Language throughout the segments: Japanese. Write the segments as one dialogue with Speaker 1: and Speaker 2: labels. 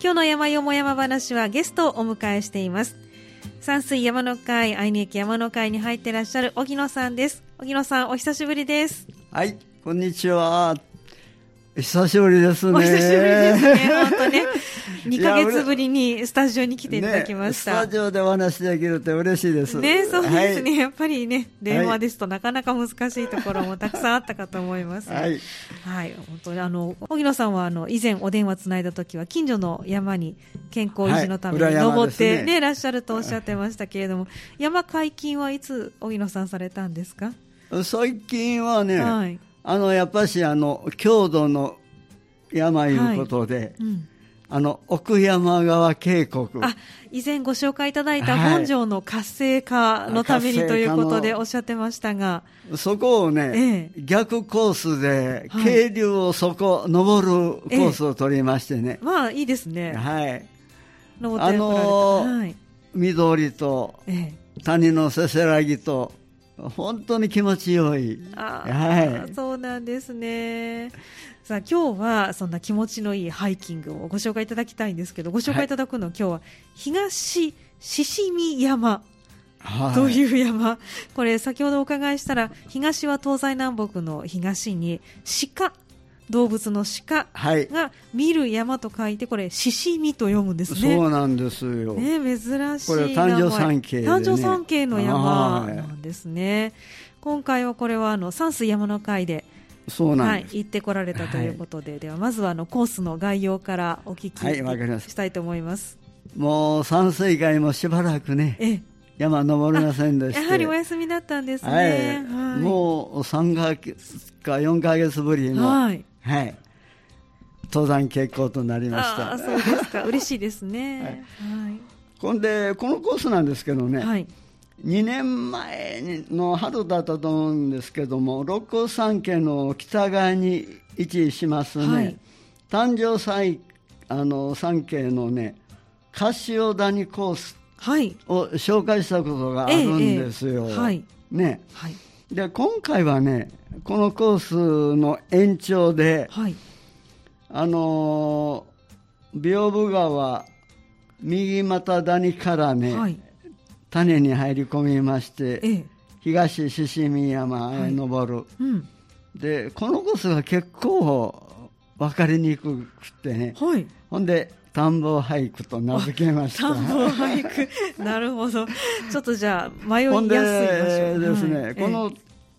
Speaker 1: 今日の山よも山話はゲストをお迎えしています。山水山の会、愛媛駅山の会に入ってらっしゃる荻野さんです。荻野さん、お久しぶりです。
Speaker 2: はい、こんにちは。久しぶりですね。
Speaker 1: お久しぶりですね。本当 ね。2ヶ月ぶりにスタジオに来ていただきまし
Speaker 2: ね
Speaker 1: た。
Speaker 2: スタジオでお話できるって嬉しいです。
Speaker 1: ね、そうですね、
Speaker 2: はい
Speaker 1: やっぱりね、電話ですとなかなか難しいところもたくさんあったかと思います。
Speaker 2: はい。
Speaker 1: はい、本当にあの、荻野さんはあの、以前お電話つないだ時は、近所の山に健康維持のため
Speaker 2: は
Speaker 1: に
Speaker 2: い裏山
Speaker 1: 登っ
Speaker 2: です
Speaker 1: て
Speaker 2: ね
Speaker 1: ね、いらっしゃるとおっしゃってましたけれども、 山解禁はいつ荻野さんされたんですか
Speaker 2: 最近はね、
Speaker 1: はい。
Speaker 2: あの、やっぱし、あの、郷土の病いうことで、
Speaker 1: うん。
Speaker 2: あの、奥山川渓谷。
Speaker 1: あ、以前ご紹介いただいた
Speaker 2: はい
Speaker 1: 本庄の活性化のために
Speaker 2: 活性化の
Speaker 1: ということでおっしゃってましたが、
Speaker 2: そこをね、
Speaker 1: え
Speaker 2: 逆コースで、
Speaker 1: はい
Speaker 2: 渓流をそこ、登るコースを取りましてね。
Speaker 1: まあいいですね。
Speaker 2: はい。
Speaker 1: 登ってこられた。
Speaker 2: あのー
Speaker 1: はい。
Speaker 2: 緑と
Speaker 1: ええ。
Speaker 2: 谷のせせらぎと本当に気持ちよい
Speaker 1: あ
Speaker 2: は
Speaker 1: ーそうなんですね。さあ、今日はそんな気持ちのいいハイキングをご紹介いただきたいんですけど、ご紹介いただくのは今日は東獅子山
Speaker 2: はい
Speaker 1: と
Speaker 2: う
Speaker 1: いう山、これ先ほどお伺いしたら、東は東西南北の東に鹿、動物の鹿
Speaker 2: はい、
Speaker 1: が見る山と書いて、これ獅子見と読むんですね。
Speaker 2: そうなんですよ、
Speaker 1: ね、珍しい名前
Speaker 2: これ誕生山系でね
Speaker 1: 誕生山系の山
Speaker 2: はい
Speaker 1: なんですね今回はこれはあの山水山の会で、
Speaker 2: そうな
Speaker 1: は
Speaker 2: ん
Speaker 1: い
Speaker 2: で、す、
Speaker 1: 行ってこられたということで、ではまずはあのコースの概要からお聞
Speaker 2: はいわかりま
Speaker 1: き
Speaker 2: した
Speaker 1: したいと思います、
Speaker 2: もう山水街もしばらくね
Speaker 1: え
Speaker 2: 山登れませんで
Speaker 1: え
Speaker 2: した
Speaker 1: やはりお休みだったんですね、
Speaker 2: はい
Speaker 1: はい
Speaker 2: もう3ヶ月か4ヶ月ぶりの、
Speaker 1: は
Speaker 2: はいい登山決行となりまし
Speaker 1: ああ
Speaker 2: た
Speaker 1: そうですか嬉しいですね
Speaker 2: ほんでこのコースなんですけどね、
Speaker 1: はい、はい
Speaker 2: 2年前の春だったと思うんですけども六甲山系の北側に位置しますね、
Speaker 1: はい
Speaker 2: 誕生祭あの山系のね柏谷コース
Speaker 1: はい
Speaker 2: を紹介したことがあるんですよ、
Speaker 1: ええええはい
Speaker 2: ね、
Speaker 1: はい
Speaker 2: で今回はねこのコースの延長で
Speaker 1: はい
Speaker 2: あのー屏風川右股谷からね、
Speaker 1: はい
Speaker 2: 種に入り込みまして
Speaker 1: ええ
Speaker 2: 東獅子山へ登る、
Speaker 1: うん
Speaker 2: でこのコースが結構分かりにくくってね
Speaker 1: はい
Speaker 2: ほんで田んぼ俳句と名付けまし
Speaker 1: 田
Speaker 2: た
Speaker 1: んぼ俳句 なるほどちょっとじゃあ迷いや
Speaker 2: ほ
Speaker 1: すい
Speaker 2: ん
Speaker 1: 場
Speaker 2: で
Speaker 1: 所
Speaker 2: ですね、
Speaker 1: はい
Speaker 2: この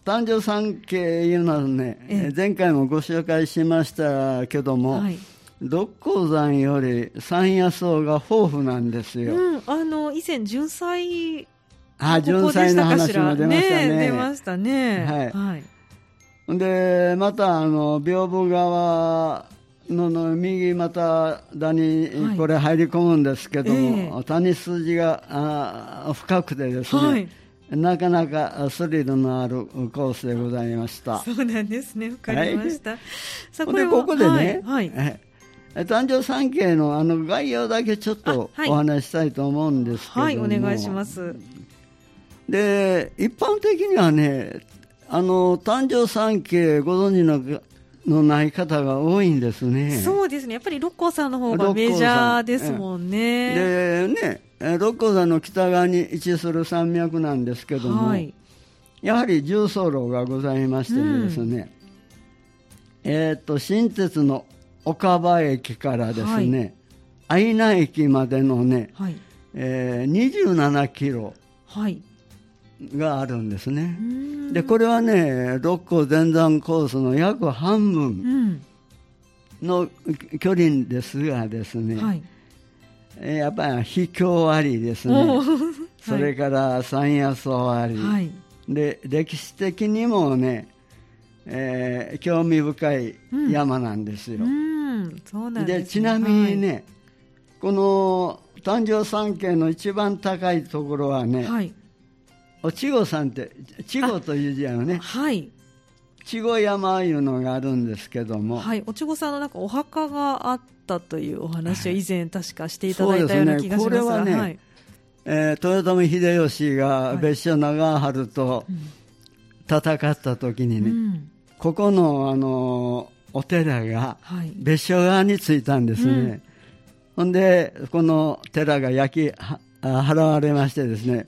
Speaker 2: 誕生山系いうのはね、
Speaker 1: ええ
Speaker 2: 前回もご紹介しましたけども、
Speaker 1: はい
Speaker 2: 六甲山より山野草が豊富なんですよ、
Speaker 1: うん、あの以前純菜ここ
Speaker 2: あ純
Speaker 1: でし
Speaker 2: 菜
Speaker 1: た
Speaker 2: の
Speaker 1: かし
Speaker 2: 話
Speaker 1: ら
Speaker 2: も出ましたね
Speaker 1: 出ましたね
Speaker 2: はい
Speaker 1: はい
Speaker 2: でまたあの屏風川のの右股谷
Speaker 1: はい
Speaker 2: これ入り込むんですけども、
Speaker 1: え
Speaker 2: 谷筋があー深くてですね、
Speaker 1: はい
Speaker 2: なかなかスリルのあるコースでございました
Speaker 1: そうなんですねわかりました、さあ
Speaker 2: で
Speaker 1: は
Speaker 2: ここでね、
Speaker 1: はいはい
Speaker 2: え誕生三景のあの概要だけちょっと
Speaker 1: あはい
Speaker 2: お話ししたいと思うんですけども、
Speaker 1: はいお願いします
Speaker 2: で一般的にはねあの誕生三景ご存知ののない方が多いんですね
Speaker 1: そうですねやっぱり六甲さんの方が
Speaker 2: 六甲山
Speaker 1: メジャーですもんね、
Speaker 2: でねえー六甲山の北側に位置する山脈なんですけども、
Speaker 1: はい
Speaker 2: やはり重層路がございましてですね、えーっと新鉄の岡場駅からですね、愛南駅までのね、
Speaker 1: はい
Speaker 2: えー27キロ
Speaker 1: はい
Speaker 2: があるんですね
Speaker 1: う、ん
Speaker 2: でこれはね六甲全山コースの約半
Speaker 1: う
Speaker 2: 分
Speaker 1: ん
Speaker 2: の距離ですがですね、
Speaker 1: はい
Speaker 2: えーやっぱり秘境ありですね、
Speaker 1: おー
Speaker 2: それから山野草あり、
Speaker 1: はい
Speaker 2: で歴史的にもね、えー興味深い山なんですよ。
Speaker 1: うんそうなんです、
Speaker 2: で
Speaker 1: ね、
Speaker 2: ちなみにね、この誕生山系の一番高いところは
Speaker 1: はい
Speaker 2: ね、
Speaker 1: はい、
Speaker 2: お稚児さんって稚児という字やのね
Speaker 1: はい
Speaker 2: 稚児山いうのがあるんですけども、
Speaker 1: はい、おちごさんのなんかお墓があったというお話を以前確かしていた
Speaker 2: そう
Speaker 1: だい
Speaker 2: で
Speaker 1: たよ
Speaker 2: す
Speaker 1: うな
Speaker 2: ね
Speaker 1: 気がし
Speaker 2: こ
Speaker 1: ます
Speaker 2: れ
Speaker 1: が、
Speaker 2: はね、
Speaker 1: はい、
Speaker 2: えー豊臣秀吉が別所長春と戦った時に
Speaker 1: う
Speaker 2: ね、
Speaker 1: ん、
Speaker 2: ここの、あのーお寺が
Speaker 1: はい、
Speaker 2: 別所側に着いたんですね、ほんで、この寺が焼きは払われましてですね、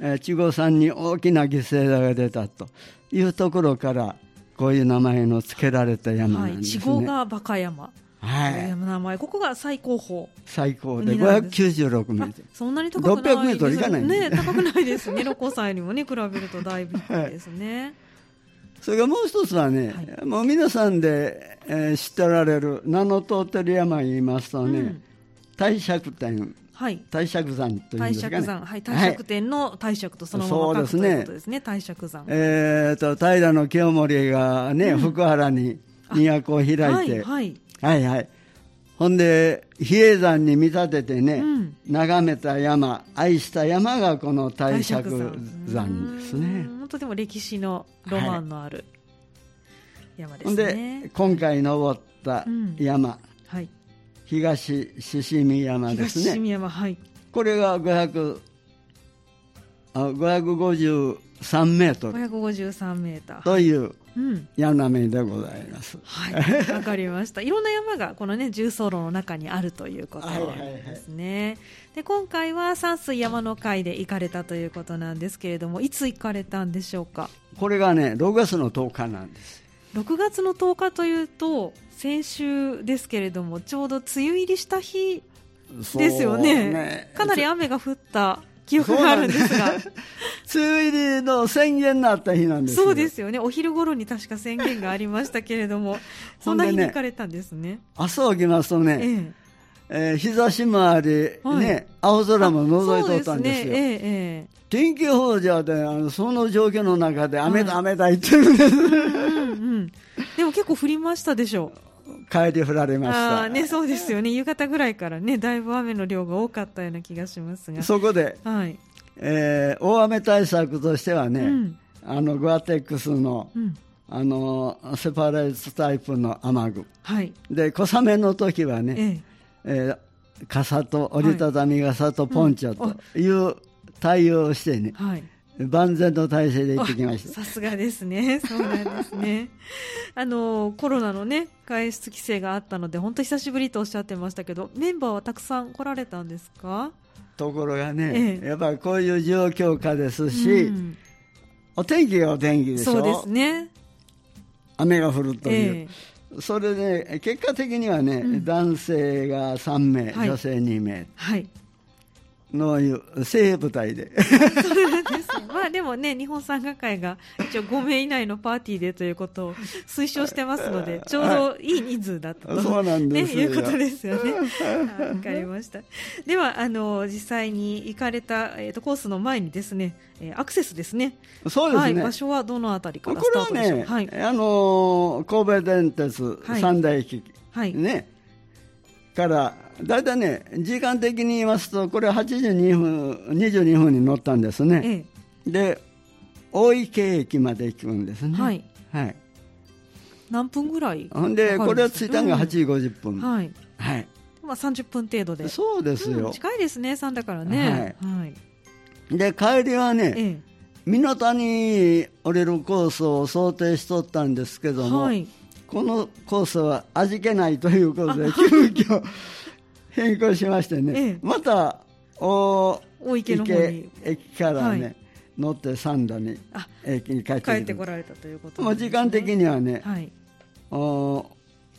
Speaker 2: えー、千郷さんに大きな犠牲が出たというところから、こういう名前の付けられた山
Speaker 1: は
Speaker 2: なん
Speaker 1: い、
Speaker 2: です
Speaker 1: 地
Speaker 2: ね。
Speaker 1: 号がバカ山と
Speaker 2: はいいう
Speaker 1: 名前、ここが最高峰。
Speaker 2: 最高で
Speaker 1: になるんです
Speaker 2: 596メ
Speaker 1: あ
Speaker 2: ートル。
Speaker 1: そんなに高くない
Speaker 2: 600メートルいかないん
Speaker 1: ね
Speaker 2: で
Speaker 1: 高くないですね六甲山よりもね比べるとだいぶ低いですね、
Speaker 2: それがもう一つはね、
Speaker 1: は
Speaker 2: もう皆さんで、えー知っておられる名の通ってる山言いますとね、
Speaker 1: うん
Speaker 2: 大釈天、
Speaker 1: はい
Speaker 2: 大釈山というん
Speaker 1: 帝
Speaker 2: ですか
Speaker 1: 釈
Speaker 2: ね。
Speaker 1: 山、はい、帝
Speaker 2: はい
Speaker 1: 釈天の帝釈とそのまま書くと
Speaker 2: そうですね
Speaker 1: いうことですね、帝釈山。
Speaker 2: えー、と平の清盛がね、福原に都を開いて、
Speaker 1: は、
Speaker 2: はいいはい
Speaker 1: はい、
Speaker 2: ほんで比叡山に見立ててね、
Speaker 1: うん
Speaker 2: 眺めた山愛した山がこの大釈山です
Speaker 1: う
Speaker 2: ね
Speaker 1: ーん本当でも歴史のロマンのある山で
Speaker 2: ほ
Speaker 1: す
Speaker 2: んで
Speaker 1: ね。
Speaker 2: 今回登った山、
Speaker 1: はい、
Speaker 2: 東獅子山で
Speaker 1: 東
Speaker 2: すね
Speaker 1: 清山、はい、
Speaker 2: これが500あ553メート
Speaker 1: 五
Speaker 2: ル
Speaker 1: 百五十三メーター。
Speaker 2: という
Speaker 1: うん、
Speaker 2: 山名でございます
Speaker 1: はい、わかりました。いろんな山がこのね重走路の中にあるということ
Speaker 2: はいはいはい
Speaker 1: ですね。で今回は山水山の会で行かれたということなんですけれども、いつ行かれたんでしょうか。
Speaker 2: これがね6月の10日なんです
Speaker 1: 6月の10日というと先週ですけれどもちょうど梅雨入りした日
Speaker 2: そう
Speaker 1: ですよねかなり雨が降った記憶があるんですがそう
Speaker 2: 梅雨入りの宣言になった日なんですよ
Speaker 1: ですよねお昼頃に確か宣言がありましたけれどもそんな日に行かれたんですね
Speaker 2: 朝起きますとね、
Speaker 1: ええ
Speaker 2: えー日差しもあり、
Speaker 1: はい
Speaker 2: ね、青空も覗い
Speaker 1: そう
Speaker 2: とったんですよ。
Speaker 1: ねえええ
Speaker 2: 天気予報じゃで、あのその状況の中で雨だ、
Speaker 1: は
Speaker 2: 雨だ言ってるんです。
Speaker 1: えうんうんでも結構降りましたでしょう
Speaker 2: 帰り振られまし
Speaker 1: あ
Speaker 2: た。
Speaker 1: ーねそうですよね夕方ぐらいからねだいぶ雨の量が多かったような気がしますが
Speaker 2: そこで、
Speaker 1: はい、
Speaker 2: えー大雨対策としてはね、
Speaker 1: うん
Speaker 2: あのグアテックスの、
Speaker 1: うん
Speaker 2: あのセパレートタイプの雨具。
Speaker 1: はい
Speaker 2: で、小雨の時はね、
Speaker 1: ええ
Speaker 2: えー傘と折りたたみ傘とポンチョという対応をしてね、
Speaker 1: はい
Speaker 2: 万全の体制で行ってきました。
Speaker 1: さすがですね。 そうなんですね。あの、コロナのね、外出規制があったので、本当久しぶりとおっしゃってましたけど、メンバーはたくさん来られたんですか
Speaker 2: ところが
Speaker 1: え
Speaker 2: ね、
Speaker 1: え
Speaker 2: やっぱりこういう状況下ですし、
Speaker 1: うん
Speaker 2: お天気がお天気でしょ
Speaker 1: そうですね。
Speaker 2: 雨が降るとい
Speaker 1: え
Speaker 2: う、それで結果的にはね、
Speaker 1: うん
Speaker 2: 男性が3名、
Speaker 1: はい
Speaker 2: 女性2名
Speaker 1: はい。
Speaker 2: のいう精鋭部隊で、
Speaker 1: そうなんです。まあでもね、日本参加会が一応5名以内のパーティーでということを推奨してますので、ちょうどいい人数だったと。
Speaker 2: そうなんです
Speaker 1: ね、い
Speaker 2: よ
Speaker 1: うことですよ ね。はいわかりました。では、あの、実際に行かれた、えっ、と、コースの前にですね、えーアクセスですね。
Speaker 2: そうです
Speaker 1: はい、
Speaker 2: ね、
Speaker 1: 場所はどのあたりか
Speaker 2: これ
Speaker 1: らスター
Speaker 2: は
Speaker 1: トでしょう。
Speaker 2: ね、
Speaker 1: はい、
Speaker 2: あのー神戸電鉄
Speaker 1: はい
Speaker 2: 三大駅、
Speaker 1: はい、
Speaker 2: ね、から、だいたいね、時間的に言いますと、これ82分、22分に乗ったんですね。
Speaker 1: え
Speaker 2: で、大池駅まで行くんです
Speaker 1: え
Speaker 2: ね。
Speaker 1: はい、
Speaker 2: はい。
Speaker 1: 何分ぐらいかか
Speaker 2: ほ
Speaker 1: る
Speaker 2: ん
Speaker 1: んです
Speaker 2: で、
Speaker 1: か。
Speaker 2: これは着いたのが8時50分。
Speaker 1: うん
Speaker 2: はい。
Speaker 1: はい、まあ三十分程度で。
Speaker 2: そうです
Speaker 1: う
Speaker 2: よ
Speaker 1: ん、。近いですね、三だからね。はい、
Speaker 2: で、帰りはね、
Speaker 1: え
Speaker 2: 港谷降りるコースを想定しとったんですけ
Speaker 1: え、
Speaker 2: ども、
Speaker 1: はい、
Speaker 2: このコースは味気ないということで、急遽変更しまして
Speaker 1: ええ
Speaker 2: ね、また、お
Speaker 1: 大池の方に
Speaker 2: 池駅からね、
Speaker 1: はい
Speaker 2: 乗って三度に
Speaker 1: あ、
Speaker 2: 駅に帰って
Speaker 1: 帰って
Speaker 2: く
Speaker 1: こ
Speaker 2: る
Speaker 1: られたということ
Speaker 2: も
Speaker 1: な
Speaker 2: うん
Speaker 1: ですね。
Speaker 2: 時間的にはね、
Speaker 1: はい、
Speaker 2: お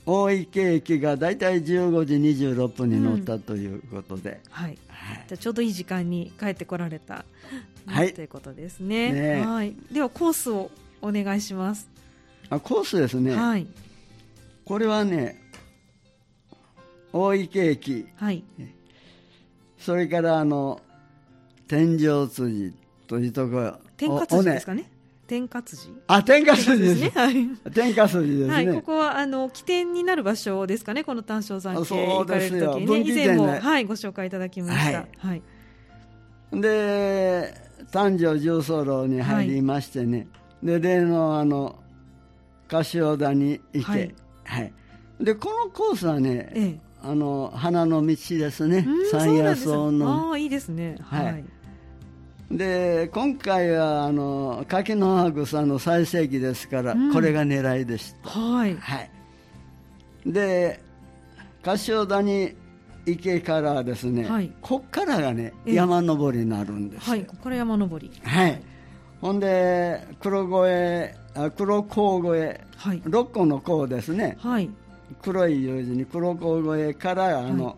Speaker 2: 大池駅がだいたい15時26分に乗ったということで、
Speaker 1: はい。
Speaker 2: はい
Speaker 1: じゃあちょうどいい時間に帰ってこられた、
Speaker 2: はい
Speaker 1: ということですね。
Speaker 2: ねえ
Speaker 1: はい。ではコースをお願いします。
Speaker 2: あコースですね、
Speaker 1: はい
Speaker 2: これはね大池駅
Speaker 1: はい
Speaker 2: それからあの天井辻というところ
Speaker 1: 天下
Speaker 2: お
Speaker 1: 辻
Speaker 2: ね
Speaker 1: ですかね。天下辻。
Speaker 2: あ天下筋です
Speaker 1: ね。はい。
Speaker 2: 天下筋ですね、
Speaker 1: はい、ここはあの起点になる場所ですかね、この単勝山
Speaker 2: あ
Speaker 1: 系
Speaker 2: そ
Speaker 1: 行
Speaker 2: う
Speaker 1: かれ
Speaker 2: です
Speaker 1: る
Speaker 2: よ
Speaker 1: とき
Speaker 2: 分
Speaker 1: にね、以
Speaker 2: 岐
Speaker 1: 前
Speaker 2: 点
Speaker 1: も、
Speaker 2: ね
Speaker 1: はい、ご紹介いただきました。は
Speaker 2: はいい、で丹上重曹楼に入りましてね、で例のあの柏谷池、
Speaker 1: は
Speaker 2: はいいでこのコースはね、
Speaker 1: ええ
Speaker 2: あの花の道ですね
Speaker 1: うん
Speaker 2: 山野草
Speaker 1: そうなんです
Speaker 2: の
Speaker 1: ああ、いいですね。は
Speaker 2: はい
Speaker 1: い。
Speaker 2: で今回はあの柿の葉草の最盛期ですから、
Speaker 1: うん
Speaker 2: これが狙いでした
Speaker 1: はい。
Speaker 2: はいで柏谷池からですね、
Speaker 1: はい
Speaker 2: こっからがね
Speaker 1: ええ
Speaker 2: 山登りになるんですよ、
Speaker 1: はい、ここから山登り。
Speaker 2: はい、ほんで黒越えあ黒甲越え
Speaker 1: はい。
Speaker 2: 六個の甲ですね
Speaker 1: はい。
Speaker 2: 黒い U 字に黒甲越えからあの、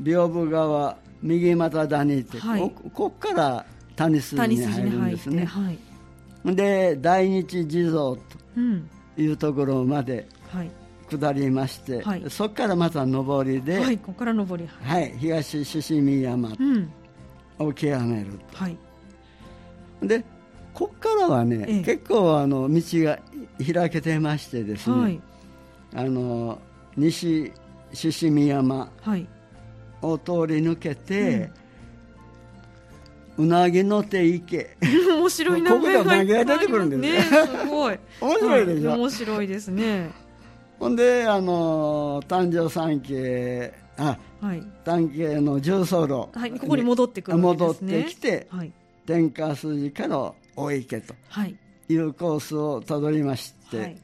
Speaker 2: 屏風川右股谷って、
Speaker 1: はい
Speaker 2: ここっから谷筋
Speaker 1: 谷
Speaker 2: に
Speaker 1: 筋
Speaker 2: 入
Speaker 1: に
Speaker 2: るん
Speaker 1: 入
Speaker 2: で
Speaker 1: っ
Speaker 2: す
Speaker 1: て、
Speaker 2: ね
Speaker 1: はい。
Speaker 2: ほんで大日地蔵
Speaker 1: うん。
Speaker 2: というところまで
Speaker 1: はい。
Speaker 2: 下りまして、
Speaker 1: はい
Speaker 2: そこからまた上りで、
Speaker 1: はい、ここから登り。
Speaker 2: はい、東獅子山
Speaker 1: うん。
Speaker 2: を極める
Speaker 1: はい。
Speaker 2: でこっからはね、
Speaker 1: ええ
Speaker 2: 結構あの道が開けてましてですね、
Speaker 1: はい。
Speaker 2: あの西獅子見山
Speaker 1: はい。
Speaker 2: を通り抜けて、うなぎの手池
Speaker 1: 面白い名前がいっぱいあります
Speaker 2: ここが投げ出てくるんです
Speaker 1: ね。
Speaker 2: ね
Speaker 1: すごい。
Speaker 2: 面白いでしょ、
Speaker 1: は面白いですね。
Speaker 2: ほんであの誕生三景あ
Speaker 1: はい。
Speaker 2: 丹景の重曹路、
Speaker 1: はい、ここに戻ってくるわけで
Speaker 2: 戻っ
Speaker 1: すね。
Speaker 2: てきて
Speaker 1: はい。
Speaker 2: 天下筋から大池と
Speaker 1: はい。
Speaker 2: いうコースをたどりまして、
Speaker 1: はい。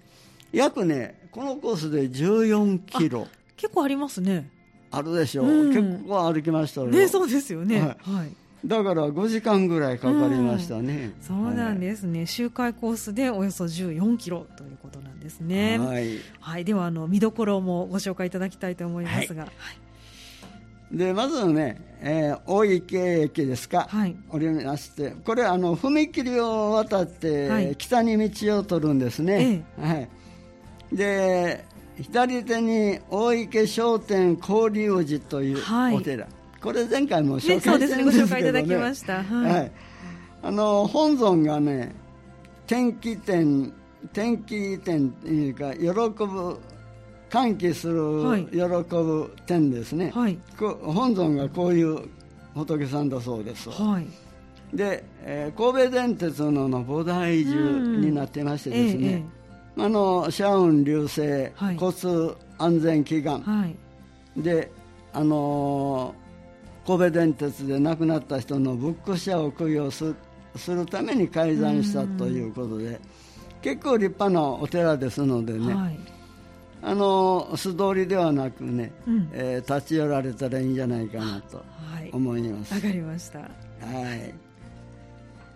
Speaker 2: 約ねこのコースで14キロ
Speaker 1: 結構ありますね。
Speaker 2: あるでしょう、
Speaker 1: うん
Speaker 2: 結構歩きましたよ、
Speaker 1: ね、そうですよね。
Speaker 2: は
Speaker 1: はいい。
Speaker 2: だから5時間ぐらいかかりましたね、
Speaker 1: そうなんですね。周回コースでおよそ14キロということなんですね。
Speaker 2: はい、
Speaker 1: はい、ではあの見どころもご紹介いただきたいと思いますが、はい、
Speaker 2: でまずね、えー大池駅ですか、
Speaker 1: はい
Speaker 2: 降りましてこれあの踏切を渡って、
Speaker 1: はい
Speaker 2: 北に道を取るんですね、はい、で左手に大池商店交流寺という
Speaker 1: はい
Speaker 2: お寺、これ前回も紹
Speaker 1: ね、そう
Speaker 2: 介
Speaker 1: で
Speaker 2: し
Speaker 1: す
Speaker 2: て
Speaker 1: ね、
Speaker 2: る
Speaker 1: ご
Speaker 2: んで
Speaker 1: 紹
Speaker 2: す
Speaker 1: 介
Speaker 2: け
Speaker 1: い
Speaker 2: ど
Speaker 1: た
Speaker 2: ね
Speaker 1: だきました。は
Speaker 2: はいい、あの本尊がね天気天天気天というか喜ぶ歓喜する、
Speaker 1: はい
Speaker 2: 喜ぶ天ですね、
Speaker 1: はい、
Speaker 2: こ本尊がこういう仏さんだそうです、
Speaker 1: はい、
Speaker 2: で、えー神戸電鉄の菩提
Speaker 1: う
Speaker 2: 樹
Speaker 1: ん
Speaker 2: になってまして
Speaker 1: え
Speaker 2: です
Speaker 1: え
Speaker 2: ね、あの社運流星、
Speaker 1: はい
Speaker 2: 交通安全祈
Speaker 1: え
Speaker 2: 願、
Speaker 1: えはい、
Speaker 2: であのー神戸電鉄で亡くなった人の仏骨者を供養するするために改ざんしたということで、結構立派なお寺ですのでね、
Speaker 1: はい、
Speaker 2: あのー素通りではなくね、
Speaker 1: うん
Speaker 2: えー立ち寄られたらいいんじゃないかなと
Speaker 1: はい、
Speaker 2: 思います
Speaker 1: わ。かりました。
Speaker 2: はい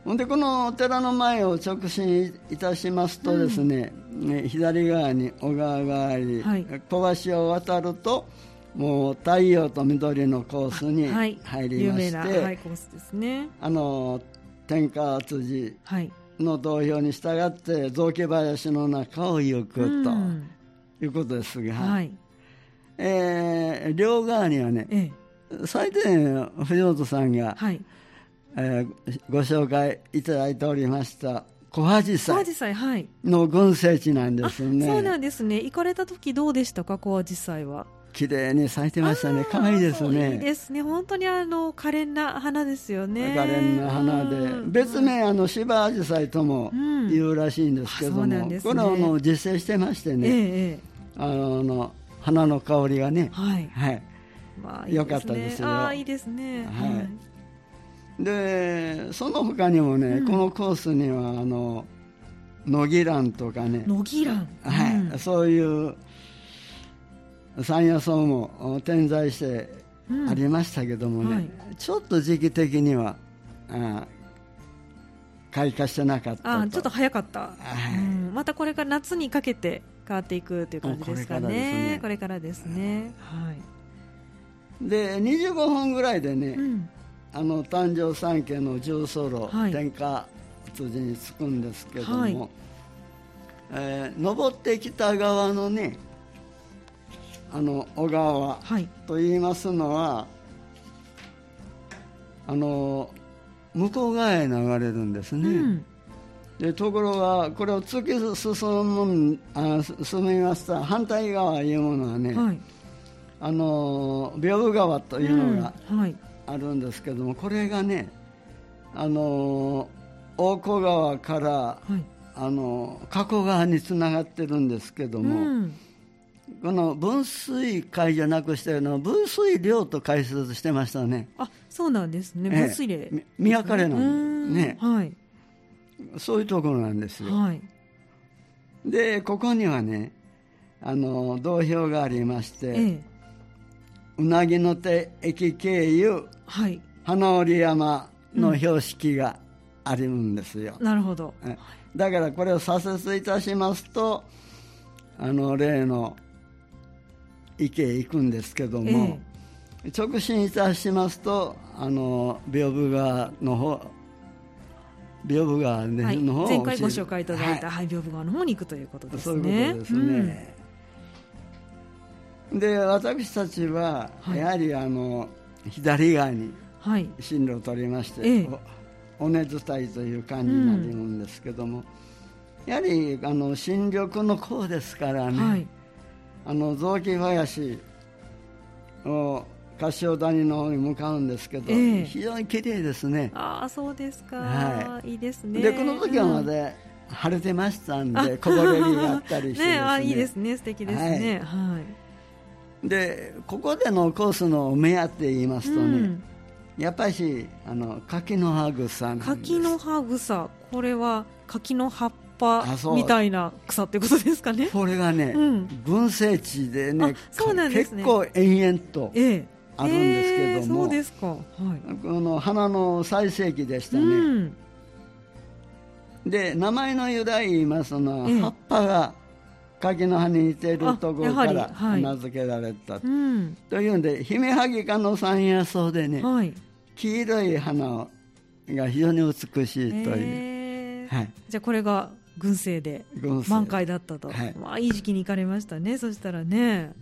Speaker 2: ほんでこのお寺の前を直進いたしますとですね,、ね左側に小川があり、
Speaker 1: はい
Speaker 2: 小橋を渡るともう太陽と緑のコースに
Speaker 1: はい、
Speaker 2: 入りまして、
Speaker 1: 有名な、はい、コースですね。
Speaker 2: あの天下辻
Speaker 1: はい、
Speaker 2: の投票に従って雑木林の中を行くと
Speaker 1: うん
Speaker 2: いうことですが、
Speaker 1: はい、
Speaker 2: えー両側にはね
Speaker 1: ええ、
Speaker 2: 最低限藤本さんが
Speaker 1: はい、
Speaker 2: えーご紹介いただいておりました小恥
Speaker 1: 小
Speaker 2: 祭
Speaker 1: 紫陽花はい、
Speaker 2: の群生地なんですね
Speaker 1: そうなんですね。行かれた時どうでしたか、小紫陽花は。
Speaker 2: 綺麗に咲いてましたね可愛いです
Speaker 1: そういい
Speaker 2: ね
Speaker 1: ですね。本当にあの可憐な花ですよね。
Speaker 2: 可憐な花で
Speaker 1: うん
Speaker 2: 別名あの芝アジサイとも
Speaker 1: うん
Speaker 2: 言うらしいんですけども、
Speaker 1: あそうなんですね
Speaker 2: これはあの実践してまして
Speaker 1: ええ
Speaker 2: ね、
Speaker 1: え
Speaker 2: あのあの花の香りがね
Speaker 1: え、はい。
Speaker 2: はい
Speaker 1: まあ
Speaker 2: よかったですよ
Speaker 1: ああーいいですね。
Speaker 2: はいでその他にもね、
Speaker 1: うん
Speaker 2: このコースにはあの野木蘭とかね
Speaker 1: 野木蘭。
Speaker 2: はい
Speaker 1: うん
Speaker 2: そういう山野草もお点在して
Speaker 1: うん
Speaker 2: ありましたけどもね、
Speaker 1: はい
Speaker 2: ちょっと時期的にはあ開花してなかったと
Speaker 1: あーちょっと早かった、
Speaker 2: はい
Speaker 1: うんまたこれから夏にかけて変わっていくという感じですかね。
Speaker 2: お
Speaker 1: こ
Speaker 2: こ
Speaker 1: れからですね。はい。
Speaker 2: で25分ぐらいでね、
Speaker 1: うん。
Speaker 2: あの誕生三家の重曹路、
Speaker 1: はい
Speaker 2: 天下辻に着くんですけども、
Speaker 1: はい
Speaker 2: えー登ってきた側のねあの小川
Speaker 1: はい。
Speaker 2: と言いますのはあの向こう側へ流れるんです
Speaker 1: う
Speaker 2: ね、
Speaker 1: ん。
Speaker 2: でところがこれを突き進むんあす進みますと反対側いうものはね、
Speaker 1: はい。
Speaker 2: あの屏風川というのが
Speaker 1: うんはい。
Speaker 2: あるんですけども、これがねあの大古川から
Speaker 1: はい。
Speaker 2: あの加古川につながってるんですけど
Speaker 1: う
Speaker 2: も、
Speaker 1: ん。
Speaker 2: この分水会じゃなくしてあの分水量と解説してましたね。
Speaker 1: あそうなんですね。
Speaker 2: ええ
Speaker 1: 分水嶺。
Speaker 2: み見分かれな
Speaker 1: うー
Speaker 2: ん
Speaker 1: ん
Speaker 2: でね
Speaker 1: はい。
Speaker 2: そういうところなんですよ。
Speaker 1: はい。
Speaker 2: でここにはねあの道標がありまして、
Speaker 1: ええ。
Speaker 2: うなぎの手駅経由
Speaker 1: はい
Speaker 2: 花織山の標識があるんですよ、
Speaker 1: なるほど
Speaker 2: えだからこれを左折いたしますとあの例の池へ行くんですけども、直進いたしますとあの屏風川の方屏風川ね
Speaker 1: はい、
Speaker 2: の方を
Speaker 1: 前回ご紹介いただいた、
Speaker 2: は
Speaker 1: はい、屏風川の方に行くということで
Speaker 2: い、
Speaker 1: す
Speaker 2: そうい
Speaker 1: ね。
Speaker 2: うことですね、で私たちは
Speaker 1: はい
Speaker 2: やはりあの、左側に
Speaker 1: うんはい、
Speaker 2: 進路を取りまして、
Speaker 1: ええ
Speaker 2: お尾根伝いという感じになるんですけども、やはりあの新緑の方ですからね、
Speaker 1: はい、
Speaker 2: あの雑木林を柏谷の方に向かうんですけど、
Speaker 1: ええ
Speaker 2: 非常に綺麗ですね
Speaker 1: ああ、そうですか、、
Speaker 2: はい
Speaker 1: いですね。
Speaker 2: でこの時はま
Speaker 1: うん
Speaker 2: だ晴れてましたん
Speaker 1: あ
Speaker 2: で、木漏れ日があったりして です
Speaker 1: ね
Speaker 2: ね
Speaker 1: あいいですね、素敵ですね。はい、
Speaker 2: でここでのコースのお目当て言いますと
Speaker 1: う
Speaker 2: ね
Speaker 1: ん、
Speaker 2: やっぱりしあの柿の葉草なんです
Speaker 1: 柿の葉草、これは柿の葉っぱ
Speaker 2: あそう
Speaker 1: みたいな草ってことですかね。
Speaker 2: これがね、
Speaker 1: うん
Speaker 2: 群生地でね
Speaker 1: あそうなんですね
Speaker 2: 結構延々と
Speaker 1: ええ、
Speaker 2: あるんですけど
Speaker 1: え
Speaker 2: も
Speaker 1: えそうですか。はい。
Speaker 2: この花の最盛期でした
Speaker 1: う
Speaker 2: ね、
Speaker 1: ん、
Speaker 2: で名前の由来言いますのは、
Speaker 1: ええ
Speaker 2: 葉っぱが柿の葉に似ている
Speaker 1: あ
Speaker 2: ところか
Speaker 1: やは
Speaker 2: ら
Speaker 1: りはい
Speaker 2: 名付けられた、
Speaker 1: うん、
Speaker 2: というんでヒメハギ科の山野草でね
Speaker 1: はい。
Speaker 2: 黄色い花が非常に美しいという、
Speaker 1: ええ
Speaker 2: はい、
Speaker 1: じゃあこれが群生で。
Speaker 2: 群生
Speaker 1: 満開だったと、
Speaker 2: はい
Speaker 1: いまあ、いい時期に行かれましたねそしたらね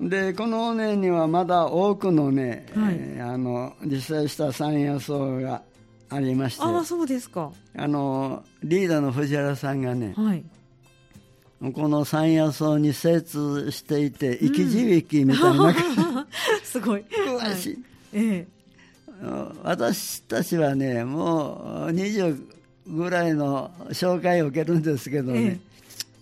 Speaker 2: でこの尾根にはまだ多くのね、
Speaker 1: はい
Speaker 2: えーあの実際した山野草がありまして
Speaker 1: ああそうですか
Speaker 2: あのリーダーの藤原さんがね
Speaker 1: はい
Speaker 2: この山野草に精通していて生き字引みたいな、
Speaker 1: すごい
Speaker 2: 詳し い、
Speaker 1: え
Speaker 2: 私たちはねもう20ぐらいの紹介を受けるんですけどね、
Speaker 1: ええ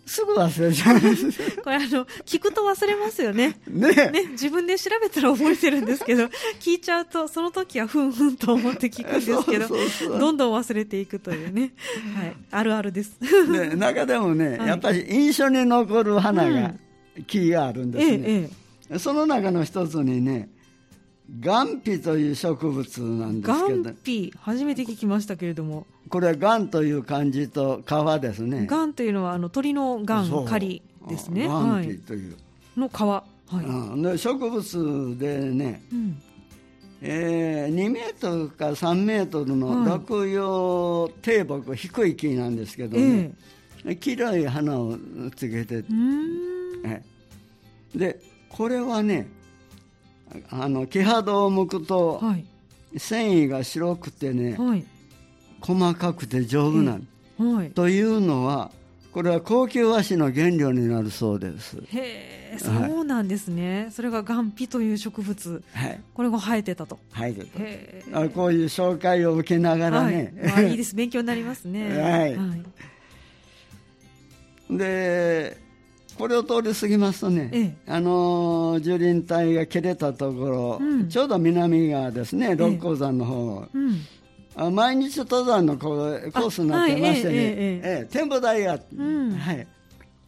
Speaker 2: すぐ忘れちゃうんです
Speaker 1: えこれあの聞くと忘れますよね
Speaker 2: ね
Speaker 1: ね自分で調べたら覚えてるんです けど聞いちゃうとその時はふんふんと思って聞くんですけど
Speaker 2: そうそうそう
Speaker 1: どんどん忘れていくというね、はい、あるあるです
Speaker 2: で中でもね、
Speaker 1: はい
Speaker 2: やっぱり印象に残る花が、木があるんですね、
Speaker 1: えええ
Speaker 2: その中の一つにね岩皮という植物なん
Speaker 1: え
Speaker 2: ですけど
Speaker 1: 眼皮初めて聞きましたけれども
Speaker 2: これは岩という漢字と皮ですね
Speaker 1: 眼というのはあの鳥の
Speaker 2: そう
Speaker 1: 眼狩りですね、
Speaker 2: うん岩
Speaker 1: は
Speaker 2: 皮
Speaker 1: い、
Speaker 2: という、
Speaker 1: の皮は
Speaker 2: うんで植物でね、
Speaker 1: い、うん、
Speaker 2: えー2メートルか3メートルの
Speaker 1: はい
Speaker 2: 落葉低木低い木なんですけど
Speaker 1: え
Speaker 2: ね、黄色い花をつけて
Speaker 1: えうーん
Speaker 2: はいでこれはねあの木肌を剥くと
Speaker 1: はい
Speaker 2: 繊維が白くてね
Speaker 1: はい
Speaker 2: 細かくて丈夫なの、
Speaker 1: はい
Speaker 2: というのはこれは高級和紙の原料になるそうです、
Speaker 1: へえ
Speaker 2: はい
Speaker 1: そうなんですね、それが岩皮という植物
Speaker 2: はい
Speaker 1: これが生えてたと
Speaker 2: はいで
Speaker 1: へえ
Speaker 2: あこういう紹介を受けながらね、
Speaker 1: はい、まあいいです勉強になりますね
Speaker 2: はいでこれを通り過ぎますとね、
Speaker 1: え
Speaker 2: あのー樹林帯が切れたところ、
Speaker 1: うん
Speaker 2: ちょうど南側ですね六甲山の方、
Speaker 1: うん
Speaker 2: あ毎日登山のこうコースになってまして
Speaker 1: はいえ
Speaker 2: ね、
Speaker 1: え
Speaker 2: ええ展望台があって、
Speaker 1: うん
Speaker 2: はい、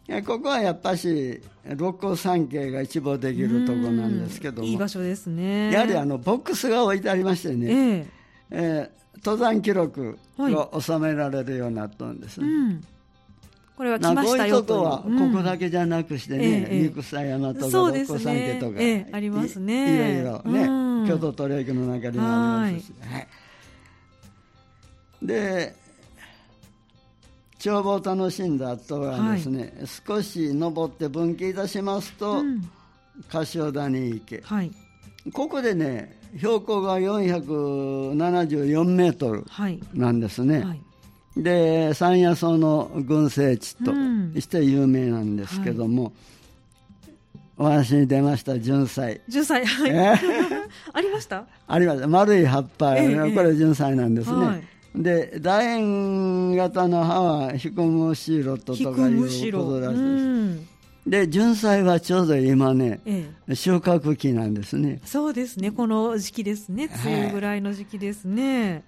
Speaker 2: いやここはやっぱし六甲山系が一望できるところなんですけど
Speaker 1: いい
Speaker 2: も
Speaker 1: 場所ですね
Speaker 2: やはりあのボックスが置いてありましてね、
Speaker 1: ええ
Speaker 2: えー登山記録
Speaker 1: は
Speaker 2: を収められるようになったんです、
Speaker 1: うんこれは
Speaker 2: な
Speaker 1: 来ま
Speaker 2: こ
Speaker 1: し
Speaker 2: う
Speaker 1: た
Speaker 2: いう
Speaker 1: よ
Speaker 2: こととはこ
Speaker 1: いう
Speaker 2: こだ
Speaker 1: け
Speaker 2: けじゃなくしてね、
Speaker 1: ええええ
Speaker 2: 肉さやなとか
Speaker 1: そう
Speaker 2: 六
Speaker 1: です
Speaker 2: 甲
Speaker 1: ね
Speaker 2: 山系とか、
Speaker 1: ええありますね
Speaker 2: いいろいろね、
Speaker 1: うん
Speaker 2: 京都トレイクの中にもありますし、はいで眺望を楽しんだ後はですね、少し登って分岐いたしますと、
Speaker 1: うん、
Speaker 2: 柏谷池
Speaker 1: はい
Speaker 2: ここでね標高が474メートル
Speaker 1: はい
Speaker 2: なんですね、
Speaker 1: はい
Speaker 2: で山野草の群生地と
Speaker 1: うん
Speaker 2: して有名なんですけども、お話に出ました純菜
Speaker 1: 10歳はい、
Speaker 2: え
Speaker 1: ありました
Speaker 2: あります丸い葉っぱ、
Speaker 1: ええ
Speaker 2: これ純菜なんですね、
Speaker 1: はい
Speaker 2: で楕円型の葉はヒコムシロト
Speaker 1: 引
Speaker 2: と
Speaker 1: く
Speaker 2: かい
Speaker 1: むし
Speaker 2: うこ
Speaker 1: ろ
Speaker 2: とらしいです
Speaker 1: ん
Speaker 2: で純菜はちょうど今ね
Speaker 1: ええ
Speaker 2: 収穫期なんですね
Speaker 1: そうですね、この時期ですね、
Speaker 2: はい
Speaker 1: 梅雨ぐらいの時期ですね。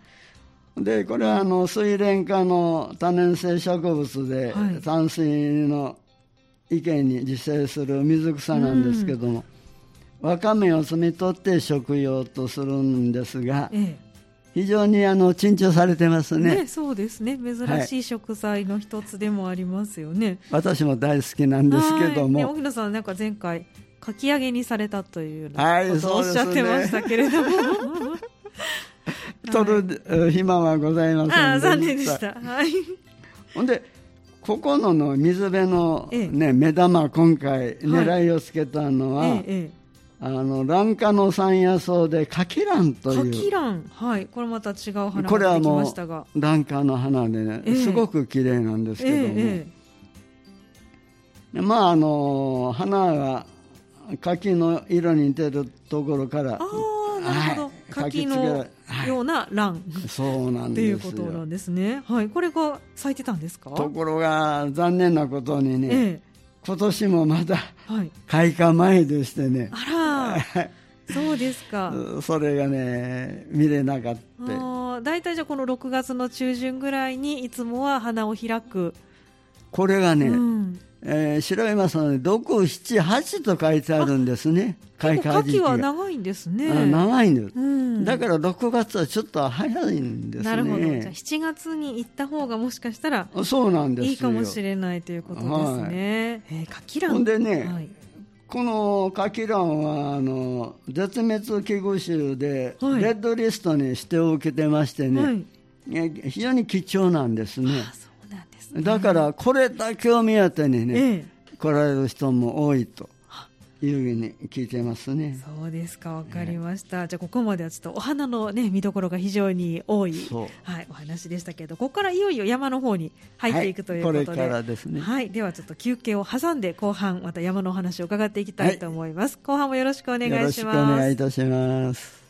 Speaker 2: でこれはあの水蓮科の多年生植物で、
Speaker 1: はい
Speaker 2: 淡水の池に自生する水草なんですけども、わかめを摘み取って食用とするんですが、
Speaker 1: え
Speaker 2: 非常にあの珍重されてます
Speaker 1: え
Speaker 2: ね
Speaker 1: ねそうですね珍しい食材の一つでもありますよね、
Speaker 2: 私も大好きなんですけど
Speaker 1: はいね
Speaker 2: も、
Speaker 1: 奥野さんなんか前回かき揚げにされたというよう
Speaker 2: は
Speaker 1: ないことをおっしゃってましたけれども、
Speaker 2: 取るえー暇はございません
Speaker 1: ああ残念でしたはい
Speaker 2: ほんでここのの水辺の、
Speaker 1: ええ
Speaker 2: ね目玉今回狙いをつけたのは、
Speaker 1: ええ
Speaker 2: あの蘭花の山野草でカキランと
Speaker 1: か
Speaker 2: い
Speaker 1: き
Speaker 2: う
Speaker 1: らんはいこれまた違う花
Speaker 2: これ
Speaker 1: が
Speaker 2: は
Speaker 1: 出てき
Speaker 2: も
Speaker 1: ましたが
Speaker 2: う蘭花の花でね、
Speaker 1: ええ
Speaker 2: すごく綺麗なんですけども、
Speaker 1: ええ
Speaker 2: でまああの花が柿の色に似てるところから
Speaker 1: ああなるほど、
Speaker 2: はい
Speaker 1: 柿
Speaker 2: か
Speaker 1: の
Speaker 2: きつけられ
Speaker 1: ようなラン、
Speaker 2: そうなん
Speaker 1: ってい
Speaker 2: で
Speaker 1: う
Speaker 2: す
Speaker 1: ことな
Speaker 2: よ
Speaker 1: んですねはいこれが咲いてたんですか
Speaker 2: ところが残念なことにね、
Speaker 1: え
Speaker 2: 今年もまだ
Speaker 1: えはい
Speaker 2: 開花前でしてね
Speaker 1: あ らそうですか
Speaker 2: それがね見れなかった
Speaker 1: あー大体じゃあこの6月の中旬ぐらいにいつもは花を開く、
Speaker 2: これがね、
Speaker 1: うん、
Speaker 2: えー調べますので6、7、8と書いてあるんですね開
Speaker 1: 結構
Speaker 2: 花
Speaker 1: 牡
Speaker 2: 時期
Speaker 1: 蠣は
Speaker 2: が
Speaker 1: 長いんです
Speaker 2: あ
Speaker 1: ね
Speaker 2: 長いんです、
Speaker 1: うん
Speaker 2: だから6月はちょっと早いんですね
Speaker 1: なるほどじゃあ7月に行った方がもしかしたら
Speaker 2: そうなんですよ
Speaker 1: いいかもしれないということですね、
Speaker 2: はい
Speaker 1: えー、かきら
Speaker 2: ほんでね
Speaker 1: はい
Speaker 2: このカキランはあの絶滅危惧種で
Speaker 1: はい
Speaker 2: レッドリストに指定を受けてましてね、
Speaker 1: はい
Speaker 2: え非常に貴重なんですね
Speaker 1: あそうなんですね
Speaker 2: だからこれだけを目当てにね、
Speaker 1: ええ
Speaker 2: 来られる人も多いというふうに聞いてますね
Speaker 1: そうですか、わかりました。じゃあ、ここまではちょっとお花のね、見どころが非常に多い、
Speaker 2: そう
Speaker 1: はい、お話でしたけれど、ここからいよいよ山の方に入っていくということで、
Speaker 2: はいこれからですね
Speaker 1: はい、ではちょっと休憩を挟んで、後半、また山のお話を伺っていきたいと思います。後半もよろしくお願
Speaker 2: よろ
Speaker 1: い
Speaker 2: し
Speaker 1: し
Speaker 2: くお
Speaker 1: ます。
Speaker 2: 願いいたします